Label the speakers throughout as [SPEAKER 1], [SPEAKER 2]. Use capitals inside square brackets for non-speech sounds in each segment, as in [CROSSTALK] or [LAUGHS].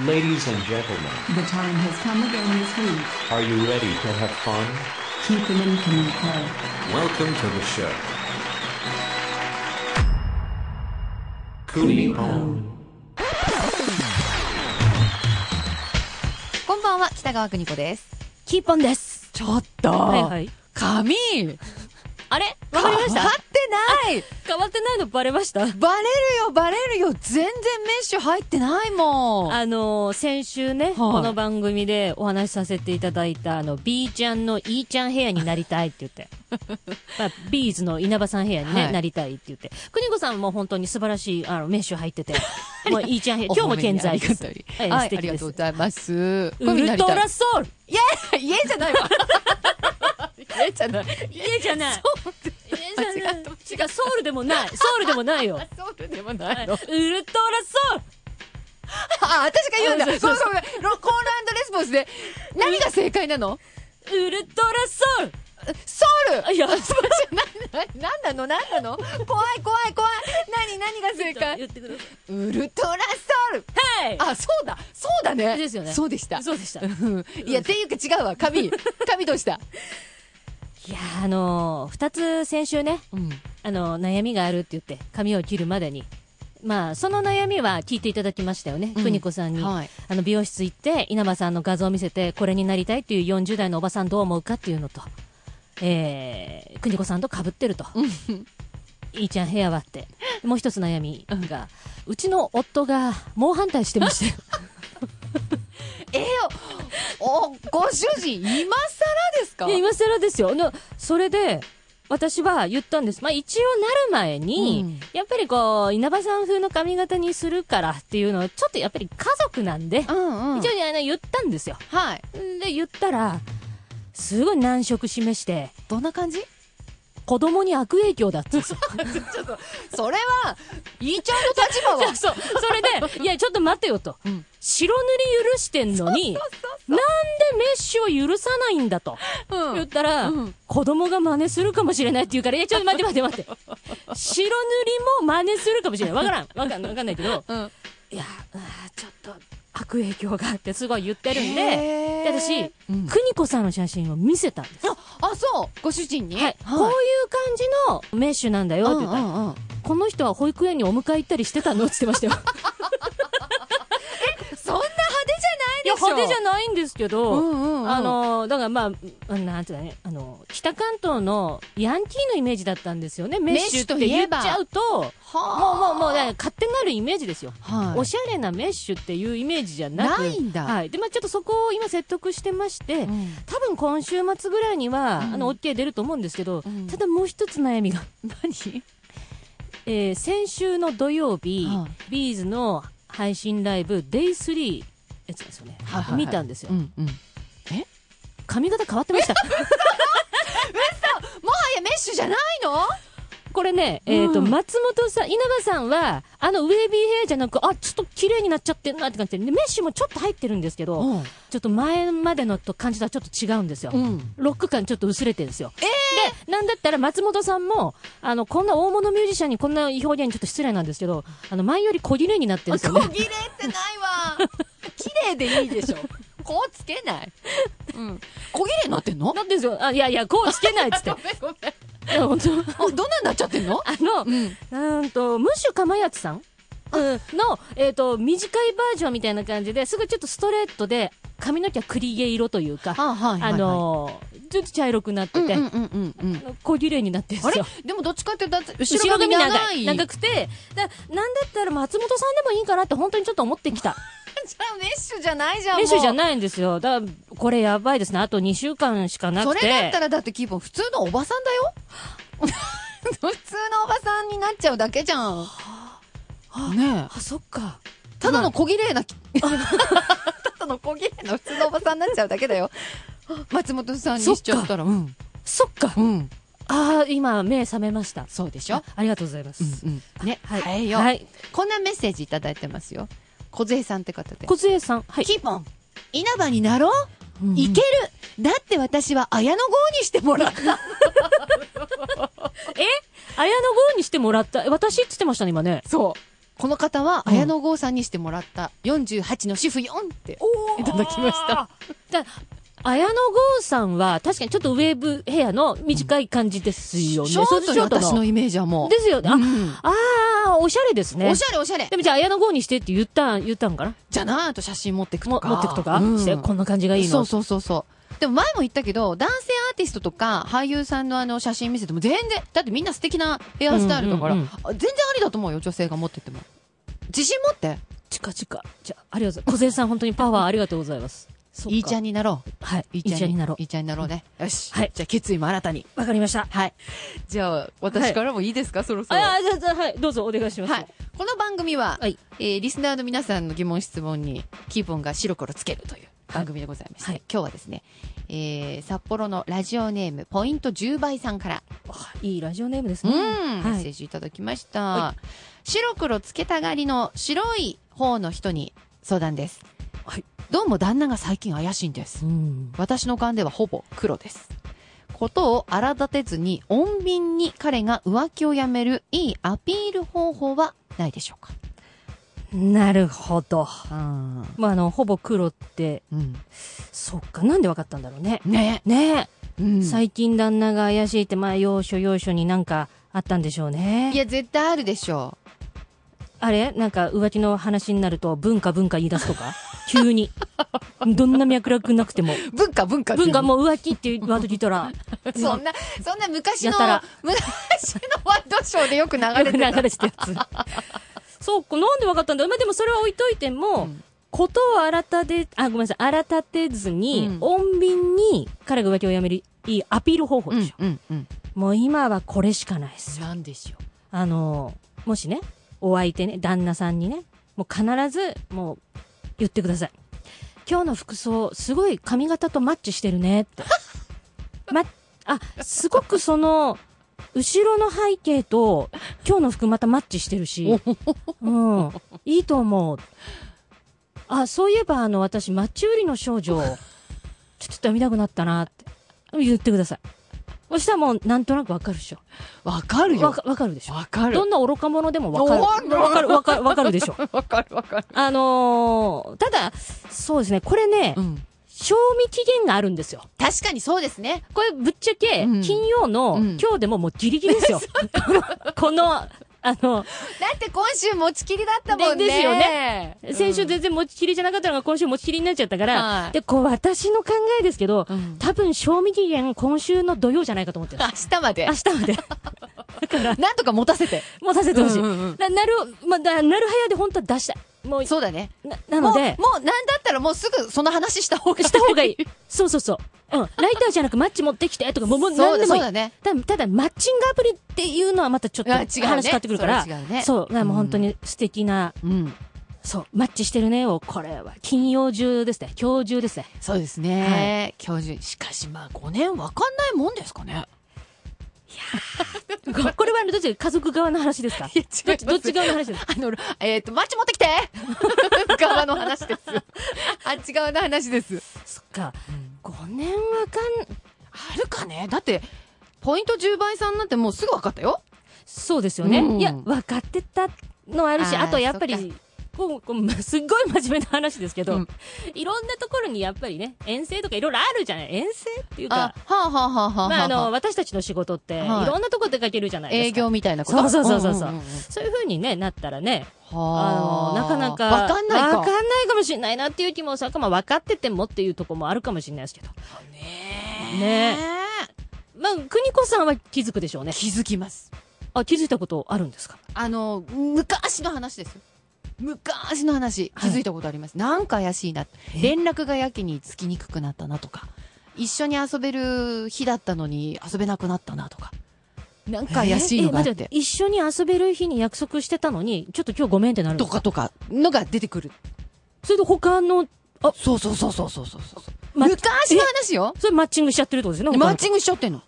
[SPEAKER 1] Ladies and gentlemen,
[SPEAKER 2] The time has come again this week.
[SPEAKER 1] are you ready to have fun?
[SPEAKER 2] Keep them in Kamiko.
[SPEAKER 3] Welcome to the show. Kuni Pon.
[SPEAKER 4] こんばんは、北川邦子です。
[SPEAKER 5] キーポンです。
[SPEAKER 4] ちょっと、
[SPEAKER 5] はいはい。
[SPEAKER 4] 髪
[SPEAKER 5] あれわかりました
[SPEAKER 4] 変わってない
[SPEAKER 5] 変わってないのバレました
[SPEAKER 4] バレるよ、バレるよ全然メッシュ入ってないもん
[SPEAKER 5] あのー、先週ね、この番組でお話しさせていただいた、あの、B ちゃんの E ちゃんヘアになりたいって言
[SPEAKER 4] [LAUGHS]
[SPEAKER 5] って。まあ、ビーズの稲葉さんヘアに、ね
[SPEAKER 4] はい
[SPEAKER 5] なりたいって言って。邦子さんも本当に素晴らしい、あの、メッシュ入
[SPEAKER 4] [LAUGHS]
[SPEAKER 5] ってて。もう E ちゃんヘア、今日も健在です。
[SPEAKER 4] はい、
[SPEAKER 5] ええ
[SPEAKER 4] あ
[SPEAKER 5] 素敵
[SPEAKER 4] りがと
[SPEAKER 5] です
[SPEAKER 4] うご。ざいます。
[SPEAKER 5] ウルトラソウル
[SPEAKER 4] イエ [LAUGHS] イイエイじゃないわ。イエイじゃない。
[SPEAKER 5] [LAUGHS] 家じゃない家じゃ
[SPEAKER 4] 間
[SPEAKER 5] な
[SPEAKER 4] 違
[SPEAKER 5] い
[SPEAKER 4] った
[SPEAKER 5] 違う、ソウルでもない。ソウルでもな
[SPEAKER 4] [LAUGHS]
[SPEAKER 5] いよ。はい
[SPEAKER 4] ソウルでもな
[SPEAKER 5] ウ
[SPEAKER 4] い
[SPEAKER 5] ルト
[SPEAKER 4] の。
[SPEAKER 5] ラソウル
[SPEAKER 4] あ、私が言うんだ。
[SPEAKER 5] う
[SPEAKER 4] ごめ
[SPEAKER 5] ん
[SPEAKER 4] んご
[SPEAKER 5] そう
[SPEAKER 4] め
[SPEAKER 5] そ
[SPEAKER 4] ん。ロコールレスポンスで。何が正解なの
[SPEAKER 5] ウルトラソウル
[SPEAKER 4] ソウル
[SPEAKER 5] あいや
[SPEAKER 4] あ [LAUGHS] そうじゃない。な、ななんなのなんなの怖い怖い怖い。何、何が正解
[SPEAKER 5] 言ってください。
[SPEAKER 4] ウルトラソウル
[SPEAKER 5] はい
[SPEAKER 4] あ、そうだそうだね
[SPEAKER 5] ですよね
[SPEAKER 4] そうでした。
[SPEAKER 5] そうでした。
[SPEAKER 4] うんいや、っていうか違うわ。髪。髪どうした
[SPEAKER 5] いやーあのー、二つ先週ね、
[SPEAKER 4] うん。
[SPEAKER 5] あのー悩みがあるって言って、髪を切るまでに。まあ、その悩みは聞いていただきましたよね。
[SPEAKER 4] うん
[SPEAKER 5] 邦、子さんに、
[SPEAKER 4] はい
[SPEAKER 5] あの、美容室行って、稲葉さんの画像を見せて、これになりたいっていう40代のおばさんどう思うかっていうのと、えー、邦子さんと被ってると。いいちゃん部屋はって。もう一つ悩みが、うちの夫が猛反対してまして。
[SPEAKER 4] ええよお、ご主人、今更ですか
[SPEAKER 5] いや、今更ですよ。の、それで、私は言ったんです。まあ、一応なる前に、
[SPEAKER 4] うん
[SPEAKER 5] やっぱりこう、稲葉さん風の髪型にするからっていうのは、ちょっとやっぱり家族なんで、
[SPEAKER 4] うんうん。
[SPEAKER 5] 一応あの言ったんですよ。
[SPEAKER 4] はい。
[SPEAKER 5] で、言ったら、すごい難色示して、
[SPEAKER 4] どんな感じ
[SPEAKER 5] 子供に悪影響だって言
[SPEAKER 4] [LAUGHS]
[SPEAKER 5] うんですよ。。
[SPEAKER 4] それは、いいちゃんの立場は
[SPEAKER 5] [LAUGHS] そう。そ [LAUGHS] れで、いや、ちょっと待てよと。
[SPEAKER 4] うん
[SPEAKER 5] 白塗り許してんのに、なんでメッシュを許さないんだと。
[SPEAKER 4] うん
[SPEAKER 5] 言ったら、
[SPEAKER 4] うん
[SPEAKER 5] 子供が真似するかもしれないって言うから、いや、ちょっと待って待って待って。白塗りも真似するかもしれない。わからん。わかんわかんないけど、
[SPEAKER 4] うん。
[SPEAKER 5] いや、あーちょっと悪影響があってすごい言ってるんで、
[SPEAKER 4] へー
[SPEAKER 5] で私、
[SPEAKER 4] うん
[SPEAKER 5] 邦子さんの写真を見せたんです。
[SPEAKER 4] あ、そう。ご主人に。
[SPEAKER 5] はい、こういう感じのメッシュなんだよって
[SPEAKER 4] うん
[SPEAKER 5] 言っ
[SPEAKER 4] う
[SPEAKER 5] たら、
[SPEAKER 4] んうん。
[SPEAKER 5] この人は保育園にお迎え行ったりしてたのって
[SPEAKER 4] [LAUGHS]
[SPEAKER 5] 言ってましたよ。
[SPEAKER 4] そんな派手
[SPEAKER 5] い
[SPEAKER 4] じゃない
[SPEAKER 5] や、
[SPEAKER 4] でしょ
[SPEAKER 5] 派手じゃないんですけど、
[SPEAKER 4] うんうんうん
[SPEAKER 5] あの、だからまあうん、なんていうかね、あの、北関東のヤンキーのイメージだったんですよね。メッシュって言っちゃうと、もう
[SPEAKER 4] は
[SPEAKER 5] もうもう、だから勝手になるイメージですよ。
[SPEAKER 4] あ。はい
[SPEAKER 5] おしゃれなメッシュっていうイメージじゃなく
[SPEAKER 4] ないんだ
[SPEAKER 5] はい。で、まあちょっとそこを今説得してまして、
[SPEAKER 4] うん
[SPEAKER 5] 多分今週末ぐらいには、
[SPEAKER 4] うん
[SPEAKER 5] あの、OK 出ると思うんですけど、
[SPEAKER 4] うん
[SPEAKER 5] ただもう一つ悩みが、
[SPEAKER 4] [LAUGHS] 何
[SPEAKER 5] [LAUGHS] えー先週の土曜日、
[SPEAKER 4] は
[SPEAKER 5] ビーズの配信ライブ、Day3 やつなんですよね。
[SPEAKER 4] はいはいはい
[SPEAKER 5] 見たんですよ。
[SPEAKER 4] うんうん。も
[SPEAKER 5] 髪型変わっ
[SPEAKER 4] [LAUGHS]
[SPEAKER 5] てました。
[SPEAKER 4] はやメッシュじゃないの
[SPEAKER 5] これね、えっ、と、
[SPEAKER 4] うん
[SPEAKER 5] 松本さん、稲葉さんは、あの、ウェービーヘアじゃなく、あ、ちょっと綺麗になっちゃってるなって感じで、でメッシュもちょっと入ってるんですけど、
[SPEAKER 4] うん
[SPEAKER 5] ちょっと前までのと感じとはちょっと違うんですよ。
[SPEAKER 4] うん
[SPEAKER 5] ロック感ちょっと薄れてるんですよ。で、なんだったら松本さんも、あの、こんな大物ミュージシャンにこんな表現ちょっと失礼なんですけど、あの、前より小綺麗になってるんですよね
[SPEAKER 4] 小。 [LAUGHS] 切れってないわ。綺麗でいいでしょ。こうつけない。うん。小切れになってんの
[SPEAKER 5] なってるんですよ。あ、いやいや、こうつけないっつ
[SPEAKER 4] [LAUGHS]
[SPEAKER 5] って。い
[SPEAKER 4] めんごめん。
[SPEAKER 5] や、本当
[SPEAKER 4] あ、どんなになっちゃってんの
[SPEAKER 5] あの、
[SPEAKER 4] う
[SPEAKER 5] うんーんと、ムッシュかまやつさんうんの、えっ、と、短いバージョンみたいな感じで、すごいちょっとストレートで、髪の毛は栗毛色というか、
[SPEAKER 4] あ、はい
[SPEAKER 5] あ、のー、ちょっと茶色くなって
[SPEAKER 4] うんう
[SPEAKER 5] て、
[SPEAKER 4] んうんうん。
[SPEAKER 5] 小綺麗になってるん
[SPEAKER 4] あ
[SPEAKER 5] です
[SPEAKER 4] れ
[SPEAKER 5] よ。
[SPEAKER 4] でもどっちかってだって後
[SPEAKER 5] 後
[SPEAKER 4] ろ
[SPEAKER 5] ろ
[SPEAKER 4] 髪
[SPEAKER 5] 髪
[SPEAKER 4] 長い。
[SPEAKER 5] 長い。長くて、だなんだったら松本さんでもいいかなって本当にちょっと思ってきた。
[SPEAKER 4] [LAUGHS] じゃあメッシュじゃないじゃん。
[SPEAKER 5] 練習じゃ
[SPEAKER 4] い。
[SPEAKER 5] ないんですよ。だから、これやばいですね。あと2週間しかな
[SPEAKER 4] そ
[SPEAKER 5] く
[SPEAKER 4] れ
[SPEAKER 5] て。
[SPEAKER 4] だったらだってキーポン普通のおばさんだ [LAUGHS] よ。普通のおばさんになっちゃうだけじゃん。ねえ。
[SPEAKER 5] あ、そっか。
[SPEAKER 4] ただの小綺麗 [LAUGHS] な、ただの小綺麗な普通のおばさんになっちゃうだけだよ。松本さんにしちゃったら、うん。
[SPEAKER 5] そっか。
[SPEAKER 4] うん。
[SPEAKER 5] ああ、今、目覚めました。
[SPEAKER 4] そうでしょ
[SPEAKER 5] あありがとうございます。
[SPEAKER 4] うん
[SPEAKER 5] ね、はい。
[SPEAKER 4] 変えよう
[SPEAKER 5] はい。
[SPEAKER 4] こんなメッセージいただいてますよ。小杖さんって方で。
[SPEAKER 5] 小杖さん。はい。
[SPEAKER 4] キーポン、稲葉になろう
[SPEAKER 5] うん
[SPEAKER 4] いけるだって私は綾野剛にしてもらった。
[SPEAKER 5] え綾野剛にしてもらった。え私って言ってましたね、今ね。
[SPEAKER 4] そう。この方は
[SPEAKER 5] うん
[SPEAKER 4] 綾野剛さんにしてもらった48の主婦4って。
[SPEAKER 5] お
[SPEAKER 4] いただきました。
[SPEAKER 5] だ綾野剛さんは、確かにちょっとウェーブヘアの短い感じですよね。
[SPEAKER 4] ショ
[SPEAKER 5] そう
[SPEAKER 4] ー
[SPEAKER 5] です
[SPEAKER 4] トよ私のイメージはもう。
[SPEAKER 5] ですよね。あ、
[SPEAKER 4] うん
[SPEAKER 5] あー、おしゃれですね。
[SPEAKER 4] おしゃれおしゃれ
[SPEAKER 5] でもじゃあ、綾野剛にしてって言ったん、言ったんかな
[SPEAKER 4] じゃないと写真持ってく
[SPEAKER 5] も
[SPEAKER 4] と
[SPEAKER 5] 持
[SPEAKER 4] か。
[SPEAKER 5] ってくとか、
[SPEAKER 4] うん
[SPEAKER 5] して、こんな感じがいいの。
[SPEAKER 4] そうそうそうそう。でも前も言ったけど、男性アーティストとか俳優さんのあの写真見せても全然、だってみんな素敵なヘアスタイルだから、
[SPEAKER 5] うんうんうん
[SPEAKER 4] あ全然ありだと思うよ、女性が持ってっても。自信持って。
[SPEAKER 5] チカチカ。じゃあ、ありがとうございます。小杉さん、本当にパワーありがとうございます。そっか
[SPEAKER 4] いいちゃんになろう。
[SPEAKER 5] はい。い
[SPEAKER 4] い
[SPEAKER 5] いちゃんになろ。
[SPEAKER 4] いいうちゃんになろうね。よし。
[SPEAKER 5] はい
[SPEAKER 4] じゃあ決意も新たに。
[SPEAKER 5] わかりました。
[SPEAKER 4] はい。じゃあ、私からもいいですか、そろそ
[SPEAKER 5] あ、
[SPEAKER 4] ろ。
[SPEAKER 5] あじゃあじゃあ、はい。どうぞお願いします。
[SPEAKER 4] はい。この番組は、
[SPEAKER 5] はい
[SPEAKER 4] えーリスナーの皆さんの疑問質問に、キーポンが白黒つけるという番組でございまして、
[SPEAKER 5] はい
[SPEAKER 4] 今日はですね、えー札幌のラジオネーム、ポイント10倍さんから、
[SPEAKER 5] あいいラジオネームです
[SPEAKER 4] うん、
[SPEAKER 5] ね。
[SPEAKER 4] メ
[SPEAKER 5] は
[SPEAKER 4] ッセー
[SPEAKER 5] い。
[SPEAKER 4] ジいただきました。
[SPEAKER 5] は
[SPEAKER 4] 白黒つけたがりの白い方の人に相談です。
[SPEAKER 5] はい
[SPEAKER 4] どうも旦那が最近怪しいんです
[SPEAKER 5] う。ん。
[SPEAKER 4] 私の勘ではほぼ黒です。ことを荒立てずに、穏便に彼が浮気をやめるいいアピール方法はないでしょうか
[SPEAKER 5] なるほど。
[SPEAKER 4] うん。
[SPEAKER 5] まあ、あの、ほぼ黒って、そっか、なんでわかったんだろうね。
[SPEAKER 4] ね。
[SPEAKER 5] ね
[SPEAKER 4] うん
[SPEAKER 5] え。
[SPEAKER 4] い
[SPEAKER 5] 最近旦那が怪しいって、まあ、要所要所になんかあったんでしょうね。
[SPEAKER 4] や、絶対あるでしょ
[SPEAKER 5] あれなんか浮気の話になると、文化文化言い出すとか [LAUGHS] 急に。どんな脈絡なくても。
[SPEAKER 4] う。文化、文化。
[SPEAKER 5] 文化もう浮気っていうワード聞いたら、
[SPEAKER 4] そんな、そんな昔の
[SPEAKER 5] やたら、
[SPEAKER 4] 昔のワイドショーでよく流
[SPEAKER 5] よ
[SPEAKER 4] れ
[SPEAKER 5] く
[SPEAKER 4] てた。
[SPEAKER 5] 流れて
[SPEAKER 4] [LAUGHS]
[SPEAKER 5] たやつ。そうか、なんで分かったんだまあでもそれは置いといても、
[SPEAKER 4] うん
[SPEAKER 5] ことを改て、あ、ごめんなさい、改てずに、
[SPEAKER 4] うん
[SPEAKER 5] 穏便に彼が浮気をやめる、いいアピール方法
[SPEAKER 4] う
[SPEAKER 5] で
[SPEAKER 4] ん
[SPEAKER 5] しょ。
[SPEAKER 4] うんうん。
[SPEAKER 5] もう今はこれしかないですよ。
[SPEAKER 4] なんでしょ
[SPEAKER 5] あの、もしね、お相手ね、旦那さんにね、もう必ず、もう、言ってください。今日の服装、すごい髪型とマッチしてるね
[SPEAKER 4] [LAUGHS]
[SPEAKER 5] って。ま、あ、すごくその、後ろの背景と、今日の服またマッチしてるし、うん、いいと思う。あ、そういえばあの、私、マッチ売りの少女、ちょっと読みたくなったなって、言ってください。そしたらもう、なんとなくわかるでしょ。
[SPEAKER 4] う。わかる
[SPEAKER 5] わ
[SPEAKER 4] よ。
[SPEAKER 5] かわかるでしょ。
[SPEAKER 4] わかる
[SPEAKER 5] ど。んな愚か者でもわかる。
[SPEAKER 4] わかる
[SPEAKER 5] わかる、わかる、わかるでしょ。
[SPEAKER 4] [LAUGHS] わかるわかる。
[SPEAKER 5] あのー、ただ、そうですね、これね、
[SPEAKER 4] うん。
[SPEAKER 5] 賞味期限があるんですよ。
[SPEAKER 4] 確かにそうですね。
[SPEAKER 5] これぶっちゃけ、
[SPEAKER 4] うん
[SPEAKER 5] 金曜の、
[SPEAKER 4] うん
[SPEAKER 5] 今日でももうギリギリで
[SPEAKER 4] [LAUGHS]
[SPEAKER 5] すよ。この、この、あの、
[SPEAKER 4] だって今週持ちきりだったもんね。
[SPEAKER 5] でですよ
[SPEAKER 4] ね
[SPEAKER 5] 先週全然持ちきりじゃなかったのが今週持ちきりになっちゃったから、
[SPEAKER 4] はい
[SPEAKER 5] で、こう私の考えですけど、
[SPEAKER 4] うん
[SPEAKER 5] 多分賞味期限今週の土曜じゃないかと思ってる。
[SPEAKER 4] 明日まで
[SPEAKER 5] 明。日まで。
[SPEAKER 4] なんとか持たせて。
[SPEAKER 5] もうさせてほしい。
[SPEAKER 4] うんうんうん
[SPEAKER 5] ななる、まあ、だなるはやで本当は出したい。もう、
[SPEAKER 4] そうだね。
[SPEAKER 5] ななので、
[SPEAKER 4] もう、もうなんだったらもうすぐその話した方がいい。
[SPEAKER 5] した方がいい。そうそうそう。うん。ライターじゃなくマッチ持ってきてとか、もう、もう
[SPEAKER 4] そう
[SPEAKER 5] 何
[SPEAKER 4] だ
[SPEAKER 5] で
[SPEAKER 4] そ
[SPEAKER 5] もいうい。
[SPEAKER 4] だね。
[SPEAKER 5] ただ、ただ、マッチングアプリっていうのはまたちょっと
[SPEAKER 4] あ違う
[SPEAKER 5] 話
[SPEAKER 4] ね
[SPEAKER 5] 変わってくるから。
[SPEAKER 4] それは違うね
[SPEAKER 5] そう。だからもう本当
[SPEAKER 4] うん
[SPEAKER 5] に素敵な、
[SPEAKER 4] うん。
[SPEAKER 5] そう、マッチしてるねを、これは金曜中ですね。今日
[SPEAKER 4] [LAUGHS]
[SPEAKER 5] 中ですね。
[SPEAKER 4] そうですね。教授、しかしまあ5年わかんないもんですかね。
[SPEAKER 5] ここれはどっちが家族側の話ですか
[SPEAKER 4] いや違い
[SPEAKER 5] ど
[SPEAKER 4] ます
[SPEAKER 5] っちどっち側の話ですか
[SPEAKER 4] あの、えっ、と、マッチ持
[SPEAKER 5] [LAUGHS]
[SPEAKER 4] ってきて側の話です。あっち側の話です。
[SPEAKER 5] そっか。5年はかん、
[SPEAKER 4] あるかねだって、ポイント10倍さんなんてもうすぐ分かったよ。
[SPEAKER 5] そうですよね。
[SPEAKER 4] うん
[SPEAKER 5] いや、分かってたのはあるし、
[SPEAKER 4] あー
[SPEAKER 5] あとやっぱ
[SPEAKER 4] そっ
[SPEAKER 5] り、こうこうます [LAUGHS] っごい真面目な話ですけど、
[SPEAKER 4] うん
[SPEAKER 5] いろんなところにやっぱりね、遠征とかいろいろあるじゃない遠征っていうか、
[SPEAKER 4] あはあはあは
[SPEAKER 5] まあ、あの、私たちの仕事って、い
[SPEAKER 4] はい
[SPEAKER 5] ろんなところ出かけるじゃないです
[SPEAKER 4] 営
[SPEAKER 5] か。
[SPEAKER 4] 業みたいなこと。
[SPEAKER 5] そうそうそうそうそうん
[SPEAKER 4] んんん
[SPEAKER 5] そういう風にね、なったらね、
[SPEAKER 4] は
[SPEAKER 5] あの、なかなか、
[SPEAKER 4] わかんないか。
[SPEAKER 5] わかんないかもしれないなっていう気もさ、まあ、分かっててもっていうとこもあるかもしれないですけど。
[SPEAKER 4] ね
[SPEAKER 5] ね
[SPEAKER 4] え
[SPEAKER 5] まあ、国子さんは気づくでしょうね。
[SPEAKER 4] 気づきます。
[SPEAKER 5] あ、気づいたことあるんですか
[SPEAKER 4] あの、昔の話です。昔の話、
[SPEAKER 5] は
[SPEAKER 4] 気
[SPEAKER 5] い
[SPEAKER 4] づいたことあります。なんか怪しいな。連絡がやけにつきにくくなったなとか、一緒に遊べる日だったのに遊べなくなったなとか、なんか怪しいのがあっ
[SPEAKER 5] ええ待
[SPEAKER 4] て
[SPEAKER 5] って、一緒に遊べる日に約束してたのに、ちょっと今日ごめんってなるんで
[SPEAKER 4] と
[SPEAKER 5] すか
[SPEAKER 4] かとかのが出てくる。
[SPEAKER 5] それで他の、あ
[SPEAKER 4] そうそうそうそうそうそうそう。
[SPEAKER 5] マッチ
[SPEAKER 4] 昔の話よ
[SPEAKER 5] それマッチングしちゃってるってことですよね。
[SPEAKER 4] マッ
[SPEAKER 5] ン
[SPEAKER 4] チングしちゃってんの。
[SPEAKER 5] グ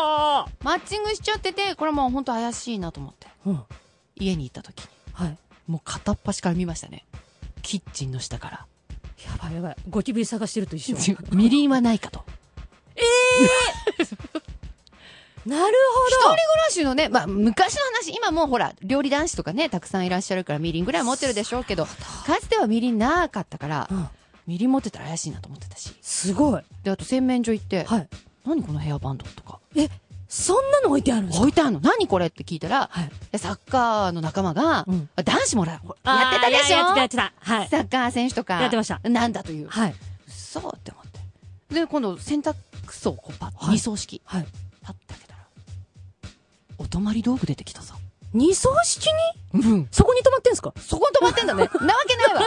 [SPEAKER 5] は
[SPEAKER 4] マッチングしちゃってて、これもう本当怪しいなと思って、
[SPEAKER 5] あ、うん、
[SPEAKER 4] 家に行った時に、
[SPEAKER 5] はい。
[SPEAKER 4] もう片っ端から見ましたね。キッチンの下から。
[SPEAKER 5] やばいやばい。ゴキブリ探してると一緒。
[SPEAKER 4] みりんはないかと。え
[SPEAKER 5] なるほど。
[SPEAKER 4] 一人暮らしのね、まあ、昔の話、今もうほら、料理男子とかね、たくさんいらっしゃるから、みりんぐらい持ってるでしょうけど、かつてはみりんなかったから、
[SPEAKER 5] うん
[SPEAKER 4] みりん持ってたら怪しいなと思ってたし。
[SPEAKER 5] すごい。
[SPEAKER 4] で、あと洗面所行って、
[SPEAKER 5] はい。
[SPEAKER 4] 何このヘアバンドとか、
[SPEAKER 5] え、そんなの置いてあるんですか
[SPEAKER 4] 置いてあるの何これって聞いたら、
[SPEAKER 5] はい
[SPEAKER 4] でサッカーの仲間が、
[SPEAKER 5] うん
[SPEAKER 4] あ男子もほらやってたでしょ
[SPEAKER 5] あーやってたやってた。はい。
[SPEAKER 4] サッカー選手とか、
[SPEAKER 5] やってました
[SPEAKER 4] なんだという。
[SPEAKER 5] はい。
[SPEAKER 4] 嘘って思って。で、今度洗濯槽をこうパッ、
[SPEAKER 5] はい
[SPEAKER 4] 二層式。
[SPEAKER 5] はい。
[SPEAKER 4] パッて開けたら、お泊まり道具出てきたさ。
[SPEAKER 5] 二層式に
[SPEAKER 4] うん。
[SPEAKER 5] そこに止まってんすか
[SPEAKER 4] そこに止まってんだね。なわけないわ。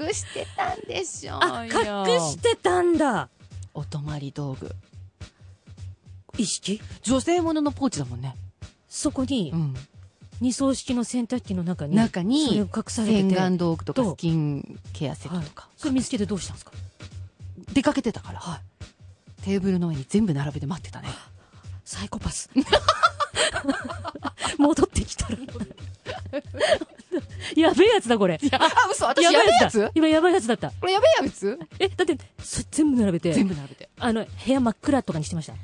[SPEAKER 4] 隠してたんでしょうよ。
[SPEAKER 5] あ、隠してたんだ。
[SPEAKER 4] お泊まり道具。
[SPEAKER 5] 意識
[SPEAKER 4] 女性もののポーチだもんね。
[SPEAKER 5] そこに、
[SPEAKER 4] ん。
[SPEAKER 5] 二層式の洗濯機の中に、
[SPEAKER 4] 中に
[SPEAKER 5] それを隠されて
[SPEAKER 4] 洗
[SPEAKER 5] て。
[SPEAKER 4] 顔道具とか
[SPEAKER 5] と
[SPEAKER 4] スキンケアセットとか。
[SPEAKER 5] それ見つけてどうしたんですか
[SPEAKER 4] 出かけてたから、テーブルの上に全部並べて待って
[SPEAKER 5] [LAUGHS]
[SPEAKER 4] たね。
[SPEAKER 5] サイコパス。 [LAUGHS] 戻ってきたら。 [LAUGHS] やべえやつだ、これ。
[SPEAKER 4] あ、嘘私や
[SPEAKER 5] や
[SPEAKER 4] べえ
[SPEAKER 5] べえ
[SPEAKER 4] や
[SPEAKER 5] や
[SPEAKER 4] つ
[SPEAKER 5] つ今やばいやつだった。
[SPEAKER 4] これやべえやつ
[SPEAKER 5] え、だって、そ全部並べ
[SPEAKER 4] 全部
[SPEAKER 5] て、
[SPEAKER 4] 並べて。
[SPEAKER 5] あの、部屋真っ暗とかにしてました。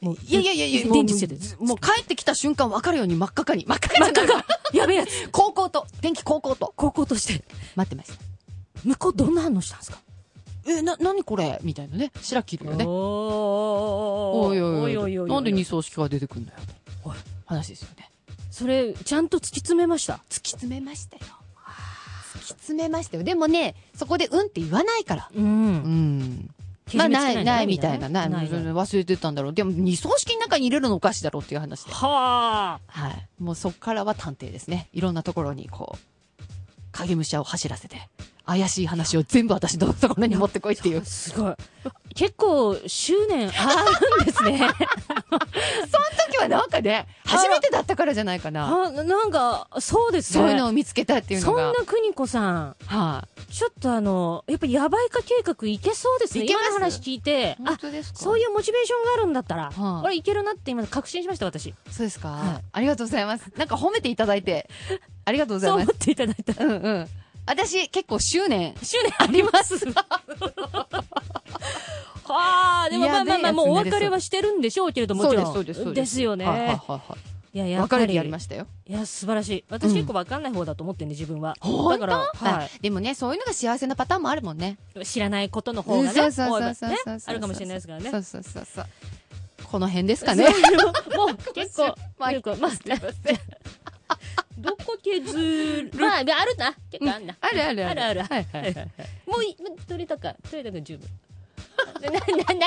[SPEAKER 5] もう
[SPEAKER 4] いやいやいやいや、
[SPEAKER 5] 電池つけてる。
[SPEAKER 4] もう帰ってきた瞬間分かるように真っ赤かに。真っ赤かに
[SPEAKER 5] 真
[SPEAKER 4] じ
[SPEAKER 5] っ
[SPEAKER 4] ゃない
[SPEAKER 5] 赤か。やべえやつ。
[SPEAKER 4] 高校と。電気高校と。
[SPEAKER 5] 高校として。
[SPEAKER 4] 待ってました。
[SPEAKER 5] 向こうどんな反応したんですか
[SPEAKER 4] え、な、なにこれみたいなね。白切るよね。
[SPEAKER 5] お
[SPEAKER 4] おい
[SPEAKER 5] ー
[SPEAKER 4] おいおい。なんで二
[SPEAKER 5] に
[SPEAKER 4] 層式が出てくるんだよ。と話ですよね。
[SPEAKER 5] それ、ちゃんと突き詰めました。
[SPEAKER 4] 突き詰めましたよ。突き詰めましたよ。でもね、そこでうんって言わないから。
[SPEAKER 5] う。
[SPEAKER 4] うんん。
[SPEAKER 5] け
[SPEAKER 4] ま
[SPEAKER 5] じ
[SPEAKER 4] あ、
[SPEAKER 5] めつけ
[SPEAKER 4] ない、ないみたいな。ない、
[SPEAKER 5] ないない
[SPEAKER 4] 忘れてたんだろう。でも、二層式の中に入れるのおかしいだろうっていう話で。
[SPEAKER 5] はあ。
[SPEAKER 4] はい。もうそっからは探偵ですね。いろんなところにこう、影武者を走らせて、怪しい話を全部私のところに持ってこいって [LAUGHS] いう。
[SPEAKER 5] すごい。結構、執念あるんですね。
[SPEAKER 4] [LAUGHS] 時はなんかね、初めてだったからじゃないかな。
[SPEAKER 5] あなんか、そうですね。
[SPEAKER 4] そういうのを見つけたっていうの
[SPEAKER 5] そん
[SPEAKER 4] が
[SPEAKER 5] な。邦子さん、
[SPEAKER 4] は
[SPEAKER 5] ちょっとあの、やっぱやばいか計画いけそうですね。
[SPEAKER 4] いけます
[SPEAKER 5] 今の話聞いて
[SPEAKER 4] い。、
[SPEAKER 5] あ、
[SPEAKER 4] 当です
[SPEAKER 5] そう
[SPEAKER 4] い
[SPEAKER 5] いうモチベーションがあるんだったら、
[SPEAKER 4] はい
[SPEAKER 5] これいけるなって今確信しました、私。
[SPEAKER 4] う。そうですか、
[SPEAKER 5] はい
[SPEAKER 4] ありがとうございます。なんか褒めていただいて、ありがとうござ
[SPEAKER 5] そう
[SPEAKER 4] い
[SPEAKER 5] 思
[SPEAKER 4] ま
[SPEAKER 5] っ
[SPEAKER 4] す。
[SPEAKER 5] ていただいた。
[SPEAKER 4] うんうん。私、結構執念。
[SPEAKER 5] 執念あ
[SPEAKER 4] [LAUGHS]
[SPEAKER 5] ります。はあ、でも
[SPEAKER 4] いや
[SPEAKER 5] まあまあまあ、
[SPEAKER 4] ね
[SPEAKER 5] もうお
[SPEAKER 4] やつね
[SPEAKER 5] 別れはしてるんでしょうけれども、もちろん。
[SPEAKER 4] そうです、そうです。そう
[SPEAKER 5] ですよね。
[SPEAKER 4] はいはいはいはい
[SPEAKER 5] いや、やっ
[SPEAKER 4] 別
[SPEAKER 5] ぱ
[SPEAKER 4] れ
[SPEAKER 5] り。
[SPEAKER 4] てやりましたよ。
[SPEAKER 5] いや、素晴らしい。私結構わかんない方だと思ってんで、自分は。
[SPEAKER 4] 本当
[SPEAKER 5] だから、は
[SPEAKER 4] あでもね、そういうのが幸せなパターンもあるもんね。
[SPEAKER 5] い。知らないことの
[SPEAKER 4] そ
[SPEAKER 5] 方
[SPEAKER 4] う
[SPEAKER 5] がね、
[SPEAKER 4] そうそうそうそう
[SPEAKER 5] 多いわけ
[SPEAKER 4] そう
[SPEAKER 5] ねあるかもしれないですからね
[SPEAKER 4] そ。うそうそうそう。この辺ですか
[SPEAKER 5] そ
[SPEAKER 4] ね
[SPEAKER 5] う。いうの [LAUGHS] もう結構、
[SPEAKER 4] まあ
[SPEAKER 5] 結構、まあ、どこ削るまあ、あるな。結構あるな。
[SPEAKER 4] あるある
[SPEAKER 5] あるある
[SPEAKER 4] はいはいはいはい。
[SPEAKER 5] もうい、取れたか、取れたか十分。な、な、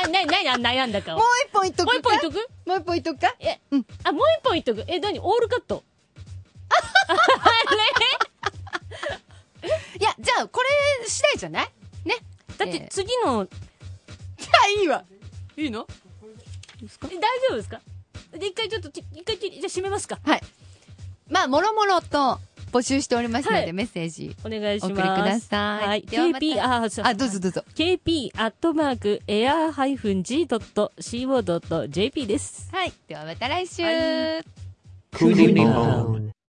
[SPEAKER 5] な、な、な、悩んだかを。
[SPEAKER 4] も
[SPEAKER 5] も
[SPEAKER 4] う一本いっとく
[SPEAKER 5] う一
[SPEAKER 4] か
[SPEAKER 5] 本いっとく
[SPEAKER 4] もう一本いっとくか
[SPEAKER 5] え、あ、もう一本いっとく。え、何オールカッ
[SPEAKER 4] [LAUGHS]
[SPEAKER 5] ト。
[SPEAKER 4] いや、じゃあ、これ次第じゃないね。
[SPEAKER 5] [LAUGHS] だって次の、
[SPEAKER 4] じゃあいいわ。いいの
[SPEAKER 5] え大丈夫ですかで、一回ちょっとち、一回きり、じゃあ閉めますか。
[SPEAKER 4] はい。まあ、もろもろと募集しておりますので、
[SPEAKER 5] はい
[SPEAKER 4] メッセージ。
[SPEAKER 5] お願いします。
[SPEAKER 4] お送りください
[SPEAKER 5] はい。
[SPEAKER 4] ではまた
[SPEAKER 5] KP、あ、そう
[SPEAKER 4] あ、どうぞどうぞ。
[SPEAKER 5] kp アットマークエアハイフン g ドット co ドット jp です。
[SPEAKER 4] はい。ではまた来週。
[SPEAKER 5] はい
[SPEAKER 1] Kuni
[SPEAKER 3] Kuni
[SPEAKER 1] on.